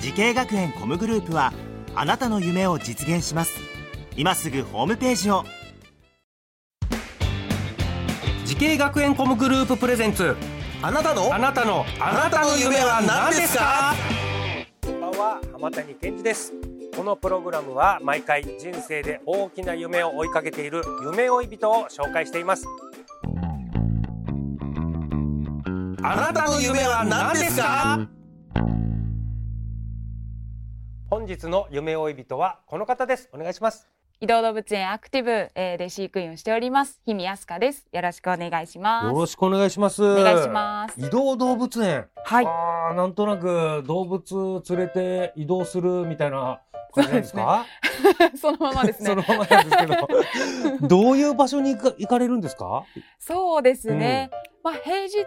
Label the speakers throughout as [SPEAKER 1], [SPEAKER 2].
[SPEAKER 1] 時系学園コムグループはあなたの夢を実現します今すぐホームページを
[SPEAKER 2] 時系学園コムグループプレゼンツ
[SPEAKER 3] あなたの
[SPEAKER 2] あなたのあ
[SPEAKER 3] なたの夢は何ですか
[SPEAKER 4] こんばんは浜谷健二ですこのプログラムは毎回人生で大きな夢を追いかけている夢追い人を紹介しています
[SPEAKER 3] あなたの夢は何ですか
[SPEAKER 4] 本日の夢追い人はこの方ですお願いします
[SPEAKER 5] 移動動物園アクティブ、えーで飼育員をしております日見すかですよろしくお願いします
[SPEAKER 4] しくお願いします
[SPEAKER 5] お願いします
[SPEAKER 4] 移動動物園
[SPEAKER 5] はい
[SPEAKER 4] あーなんとなく動物連れて移動するみたいな感じなんですか
[SPEAKER 5] そのままで す
[SPEAKER 4] そ
[SPEAKER 5] ね
[SPEAKER 4] のままなんです けどどういう場所に行か行かれるんですか
[SPEAKER 5] そうですね、まあ平日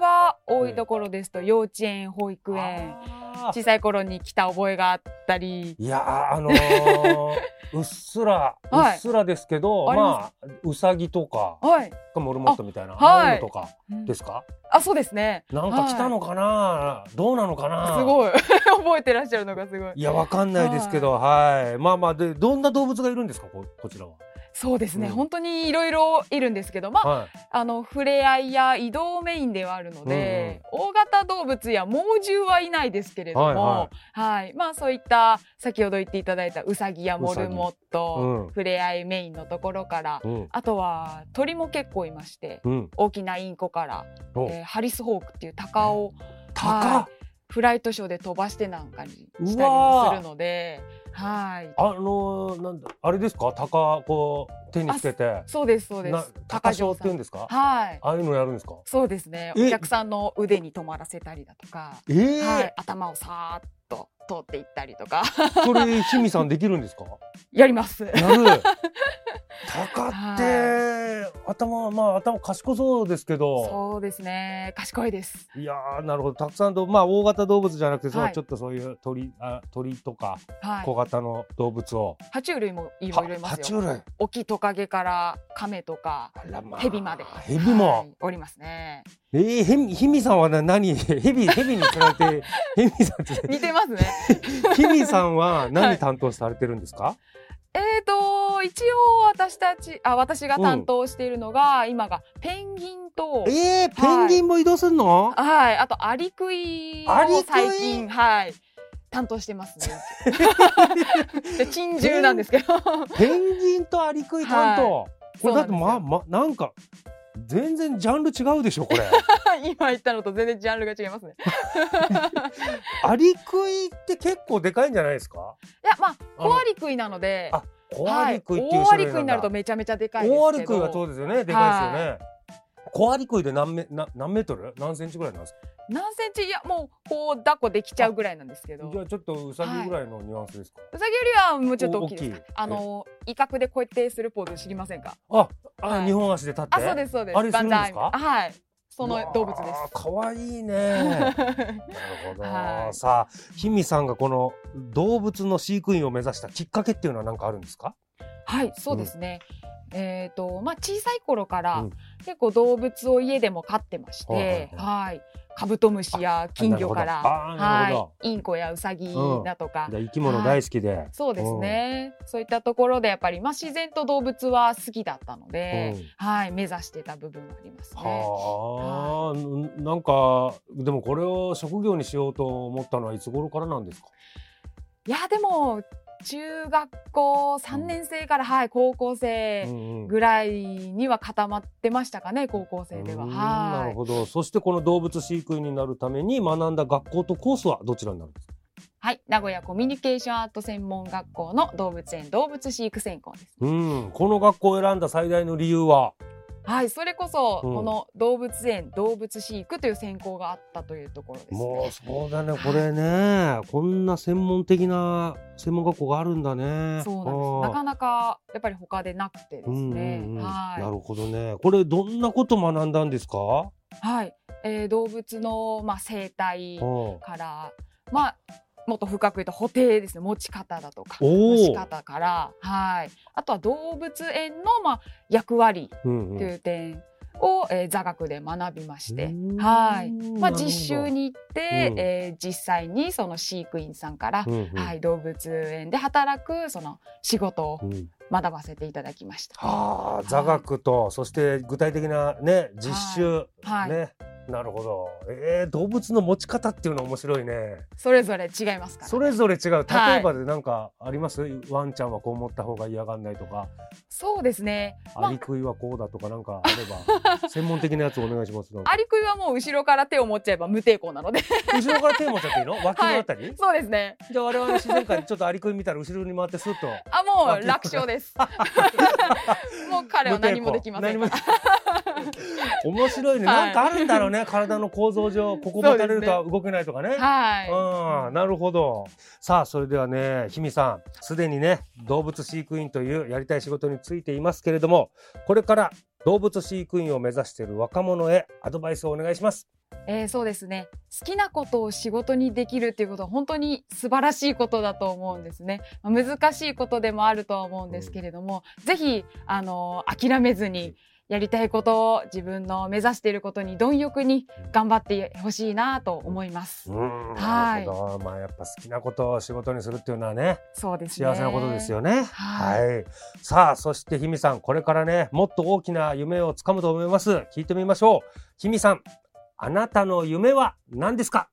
[SPEAKER 5] は多いところですと幼稚園保育園
[SPEAKER 4] あー
[SPEAKER 5] 小さい頃に来た覚えがあったり
[SPEAKER 4] いやーあの ーうっすら、
[SPEAKER 5] はいう
[SPEAKER 4] っすらですけど、
[SPEAKER 5] あり
[SPEAKER 4] ま
[SPEAKER 5] ま
[SPEAKER 4] あうさぎとか
[SPEAKER 5] はい、
[SPEAKER 4] モルモットみたいな
[SPEAKER 5] あ
[SPEAKER 4] あ
[SPEAKER 5] はい
[SPEAKER 4] あいうのとかですか、
[SPEAKER 5] あそうですね
[SPEAKER 4] なんか来たのかな、どうなのかな
[SPEAKER 5] すごい 覚えてらっしゃるのがすごい
[SPEAKER 4] いやわかんないですけどはい、まあまあでどんな動物がいるんですかここちらは
[SPEAKER 5] そうですね、
[SPEAKER 4] うん
[SPEAKER 5] 本当にいろいろいるんですけどまあ
[SPEAKER 4] はい
[SPEAKER 5] あの触れ合いや移動メインではあるので、大型動物や猛獣はいないですけれども、
[SPEAKER 4] は
[SPEAKER 5] はいい
[SPEAKER 4] は
[SPEAKER 5] まあそういった先ほど言っていただいたウサギやモルモッ
[SPEAKER 4] う
[SPEAKER 5] ト
[SPEAKER 4] ん、
[SPEAKER 5] 触れ合いメインのところから、
[SPEAKER 4] うん
[SPEAKER 5] あとは鳥も結構いまして
[SPEAKER 4] うん
[SPEAKER 5] 大きなインコから、
[SPEAKER 4] お
[SPEAKER 5] えーハリスホークっていう鷹を、
[SPEAKER 4] 鷹
[SPEAKER 5] はいフライトショーで飛ばしてなんかにしたりもするのではい
[SPEAKER 4] あのーなんだあれですか鷹こう手につけて
[SPEAKER 5] そうですそうで
[SPEAKER 4] な
[SPEAKER 5] す
[SPEAKER 4] 鷹賞っていうん
[SPEAKER 5] で
[SPEAKER 4] ですかあ
[SPEAKER 5] はい
[SPEAKER 4] あいうのやるんですか
[SPEAKER 5] そうですね。
[SPEAKER 4] え
[SPEAKER 5] お客さんの腕に止まらせたりだとか、
[SPEAKER 4] ええ
[SPEAKER 5] はい、頭をさーっと通っていったりとか
[SPEAKER 4] それひみさんできるんですか
[SPEAKER 5] やります。
[SPEAKER 4] やる 鷹って頭はまあ頭賢そうですけど
[SPEAKER 5] そうですね。賢いです。
[SPEAKER 4] いやーなるほどたくさんどまあ大型動物じゃなくてその、
[SPEAKER 5] はい
[SPEAKER 4] ちょっとそういう鳥あ鳥とか
[SPEAKER 5] はい
[SPEAKER 4] 小。型の動物を、
[SPEAKER 5] 爬虫類もい
[SPEAKER 4] は
[SPEAKER 5] ろいろいま
[SPEAKER 4] 爬
[SPEAKER 5] す
[SPEAKER 4] 虫
[SPEAKER 5] よ。
[SPEAKER 4] 類
[SPEAKER 5] オキトカゲからカメとか
[SPEAKER 4] あらまあ
[SPEAKER 5] ヘビまで。
[SPEAKER 4] ヘビも、
[SPEAKER 5] はいおりますね。
[SPEAKER 4] えー、ヘミヘミさんはな何 ヘビヘビに釣られ てヘミさんって
[SPEAKER 5] 似てます ね。
[SPEAKER 4] ヘミさんは
[SPEAKER 5] は
[SPEAKER 4] 何
[SPEAKER 5] い
[SPEAKER 4] 担当されてるんですか、
[SPEAKER 5] えーと一応私たちあ私が担当しているのが、今がペンギンと。
[SPEAKER 4] えー、ペンギンも移動するの、
[SPEAKER 5] はい、あとアリクイ
[SPEAKER 4] アリクイ
[SPEAKER 5] を最近はい担当し てますね。で珍獣なんですけど、
[SPEAKER 4] ペンギンとアリクイ担当、これだって
[SPEAKER 5] そう
[SPEAKER 4] ま
[SPEAKER 5] な
[SPEAKER 4] あ
[SPEAKER 5] ん
[SPEAKER 4] まなんか全然ジャンル違うでし ょこれ
[SPEAKER 5] 今言ったのと全然ジャンルが違いますね。
[SPEAKER 4] アリクイって結構でかいんじゃないですか
[SPEAKER 5] いやまあ
[SPEAKER 4] あの
[SPEAKER 5] 小アリクイなので、
[SPEAKER 4] あコアリクイっていう
[SPEAKER 5] 大ア
[SPEAKER 4] 種
[SPEAKER 5] リ
[SPEAKER 4] 類
[SPEAKER 5] クイにな
[SPEAKER 4] なん
[SPEAKER 5] る
[SPEAKER 4] だ
[SPEAKER 5] とめちゃめちゃでかいですけど。
[SPEAKER 4] 大アリクイはそうですよね。でかいですよね。小アリクイで何メな何メートル？何センチぐらいなんですか？
[SPEAKER 5] 何センチいやもうこう抱っこできちゃうぐらいなんですけど。
[SPEAKER 4] じゃあちょっとウサギぐらいのニュアンスですか？
[SPEAKER 5] ウサギよりはもうちょっと大きいですか
[SPEAKER 4] お大きい
[SPEAKER 5] あの威嚇でこうやってするポーズ知りませんか。
[SPEAKER 4] あ、
[SPEAKER 5] はい
[SPEAKER 4] 日本足で立って。
[SPEAKER 5] あそうですそうです。
[SPEAKER 4] あれするんですか
[SPEAKER 5] バンザイはい。その動物で
[SPEAKER 4] うわー。可愛い ね。なる
[SPEAKER 5] す。
[SPEAKER 4] ほど。
[SPEAKER 5] はい
[SPEAKER 4] さあ、ひみさんがこの動物の飼育員を目指したきっかけっていうのは何かあるんですか？
[SPEAKER 5] はい、そうですね。えっ、と、まあ、小さい頃から、
[SPEAKER 4] うん
[SPEAKER 5] 結構動物を家でも飼ってまし
[SPEAKER 4] はいはい
[SPEAKER 5] て、はい。カブトムシや金魚から、
[SPEAKER 4] あなるほどあーなるほ
[SPEAKER 5] は
[SPEAKER 4] ど
[SPEAKER 5] い、インコやウサギだとか、
[SPEAKER 4] じゃあ生き物大好きで。
[SPEAKER 5] そうですね。そういったところで、やっぱり、まあ、自然と動物は好きだったので、はい、目指してた部分はありますね。
[SPEAKER 4] はあ、んなんかでもこれを職業にしようと思ったのはいつ頃からなんですか？
[SPEAKER 5] いや、でも、中学校三年生から、はい、高校生。
[SPEAKER 4] んん
[SPEAKER 5] ぐらいには固まってましたかね高校生では。
[SPEAKER 4] うーん
[SPEAKER 5] はい
[SPEAKER 4] なるほどそしてこの動物飼育員になるために学んだ学校とコースはどちらになるんですか
[SPEAKER 5] はい、名古屋コミュニケーションアート専門学校の動物園動物飼育専攻です。
[SPEAKER 4] うんこの学校を選んだ最大の理由は
[SPEAKER 5] はい、それこそ、
[SPEAKER 4] うん
[SPEAKER 5] この動物園動物飼育という専攻があったというところです
[SPEAKER 4] も
[SPEAKER 5] ね
[SPEAKER 4] う。そうだねこれねこんな専門的な専門学校があるんだね
[SPEAKER 5] そうなんです。なかなかやっぱり他でなくてです
[SPEAKER 4] うん
[SPEAKER 5] ね。
[SPEAKER 4] うんうんな
[SPEAKER 5] は
[SPEAKER 4] るほどねこれどんなこと学んだんですか、
[SPEAKER 5] い、はい、えー動物のまあ生態
[SPEAKER 4] うん
[SPEAKER 5] から、まあもっと深く言うと補定ですね。持ち方だとか、
[SPEAKER 4] おー
[SPEAKER 5] 持ち方から、はい、あとは動物園のまあ役割
[SPEAKER 4] うんうん
[SPEAKER 5] という点を、えー座学で学びまして、
[SPEAKER 4] うん
[SPEAKER 5] はい。ま
[SPEAKER 4] なるほ
[SPEAKER 5] あ、
[SPEAKER 4] ど
[SPEAKER 5] 実習に行って、
[SPEAKER 4] うん
[SPEAKER 5] えー実際にその飼育員さんから、
[SPEAKER 4] うんうん
[SPEAKER 5] はい、動物園で働くその仕事を
[SPEAKER 4] うん
[SPEAKER 5] 学ばせていただきました。
[SPEAKER 4] はあ、座学と、そして具体的なね、実習。
[SPEAKER 5] はい
[SPEAKER 4] ね。なるほど。えー、動物の持ち方っていうの面白いね。
[SPEAKER 5] それぞれ違いますから、
[SPEAKER 4] それぞれ違う。
[SPEAKER 5] はい
[SPEAKER 4] 例えばでなんかあります、ワンちゃんはこう持った方が嫌がんないとか、
[SPEAKER 5] そうですね。ま
[SPEAKER 4] ア
[SPEAKER 5] あ
[SPEAKER 4] リ、クイはこうだとかなんかあれ ば、専門的なやつお願いします。なんか
[SPEAKER 5] アリクイはもう後ろから手を持っちゃえば無抵抗なので、
[SPEAKER 4] 後ろから手持っちゃっていいの脇のあたり、
[SPEAKER 5] そうですね。
[SPEAKER 4] じゃあ我々自然界でちょっとアリクイ見たら後ろに回ってスッと。
[SPEAKER 5] あ、もう楽勝です。 もう彼は何もでき ませんから。
[SPEAKER 4] 何も面白いね、
[SPEAKER 5] はい
[SPEAKER 4] なんかあるんだろうね体の構造上ここ持たれると動けないとかね
[SPEAKER 5] はい。
[SPEAKER 4] うん、なるほど。さあ、それではね、ひみさん、すでにね、動物飼育員というやりたい仕事についていますけれども、これから動物飼育員を目指している若者へアドバイスをお願いします。
[SPEAKER 5] えー、そうですね好きなことを仕事にできるっていうことは本当に素晴らしいことだと思うんですねまあ難しいことでもあるとは思うんですけれども、ぜひあのー諦めずにやりたいことを自分の目指していることに貪欲に頑張ってほしいなと思います、
[SPEAKER 4] うん
[SPEAKER 5] はい
[SPEAKER 4] なるほど。まあ、やっぱ好きなことを仕事にするっていうのはね、
[SPEAKER 5] そうですね
[SPEAKER 4] 幸せなことですよね。
[SPEAKER 5] は
[SPEAKER 4] はい。さあ、そしてひみさん、これからね、もっと大きな夢をつかむと思います。聞いてみましょう。ひみさん、あなたの夢は何ですか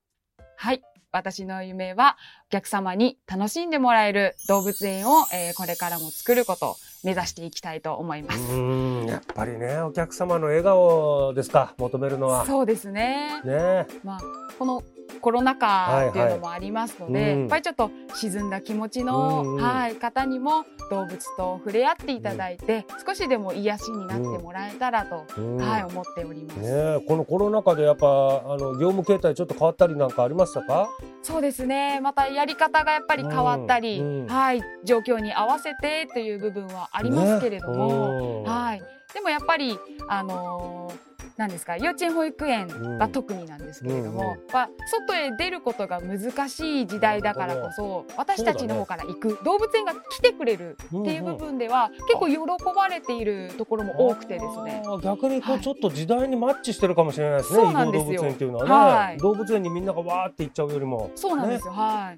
[SPEAKER 5] はい私の夢はお客様に楽しんでもらえる動物園を、えーこれからも作ることを目指していきたいと思います、
[SPEAKER 4] うーんやっぱりねお客様の笑顔ですか求めるのは。
[SPEAKER 5] そうですね
[SPEAKER 4] ね
[SPEAKER 5] まあ、このコロナ禍っていうのもありますの
[SPEAKER 4] は
[SPEAKER 5] で、
[SPEAKER 4] いはいうん
[SPEAKER 5] やっぱりちょっと沈んだ気持ち
[SPEAKER 4] うん
[SPEAKER 5] の、
[SPEAKER 4] うん
[SPEAKER 5] はい、方にも動物と触れ合っていただいて、少しでも癒しになってもらえたらと、
[SPEAKER 4] うん
[SPEAKER 5] はい、思っております。
[SPEAKER 4] ねこのコロナ禍でやっぱあの業務形態ちょっと変わったりなんかありましたか？
[SPEAKER 5] そうですねまたやり方がやっぱり変わったり、
[SPEAKER 4] うんうん
[SPEAKER 5] はい、状況に合わせてという部分はあ
[SPEAKER 4] あ。
[SPEAKER 5] りますけれども、はいい、でもやっぱり、あのーなんですか幼稚園保育園は特になんですけれども、
[SPEAKER 4] うん
[SPEAKER 5] まあ、外へ出ることが難しい時代だからこそ私たちの方から行く、動物園が来てくれるっていう部分では、結構喜ばれているところも多くてですね
[SPEAKER 4] あー。逆にこ
[SPEAKER 5] は
[SPEAKER 4] う
[SPEAKER 5] い
[SPEAKER 4] ちょっと時代にマッチしてるかもしれないですね。
[SPEAKER 5] そうなんですよ
[SPEAKER 4] 移動動物園っていうのはね、
[SPEAKER 5] はい
[SPEAKER 4] 動物園にみんながわーって行っちゃうよりも
[SPEAKER 5] そうなんですよ、はい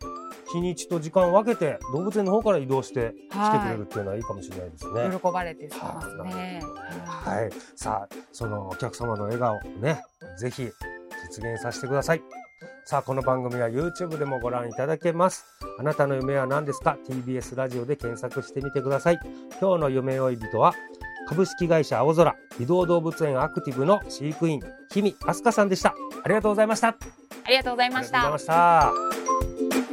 [SPEAKER 4] 日にちと時間を分けて動物園の方から移動して来てくれる
[SPEAKER 5] は
[SPEAKER 4] っていうのはいいかもしれないですね。
[SPEAKER 5] い、喜ばれてますね。はい
[SPEAKER 4] はい、さあそのお客様の笑顔ねぜひ実現させてくださいさあこの番組は YouTube でもご覧いただけますあなたの夢は何ですか TBS ラジオで検索してみてください今日の夢追い人は株式会社青空移動動物園アクティブの飼育員日見飛鳥さんでしたありがとうございましたあ
[SPEAKER 5] ありがとうございま
[SPEAKER 4] りがとう
[SPEAKER 5] し
[SPEAKER 4] ござい
[SPEAKER 5] た
[SPEAKER 4] ま。した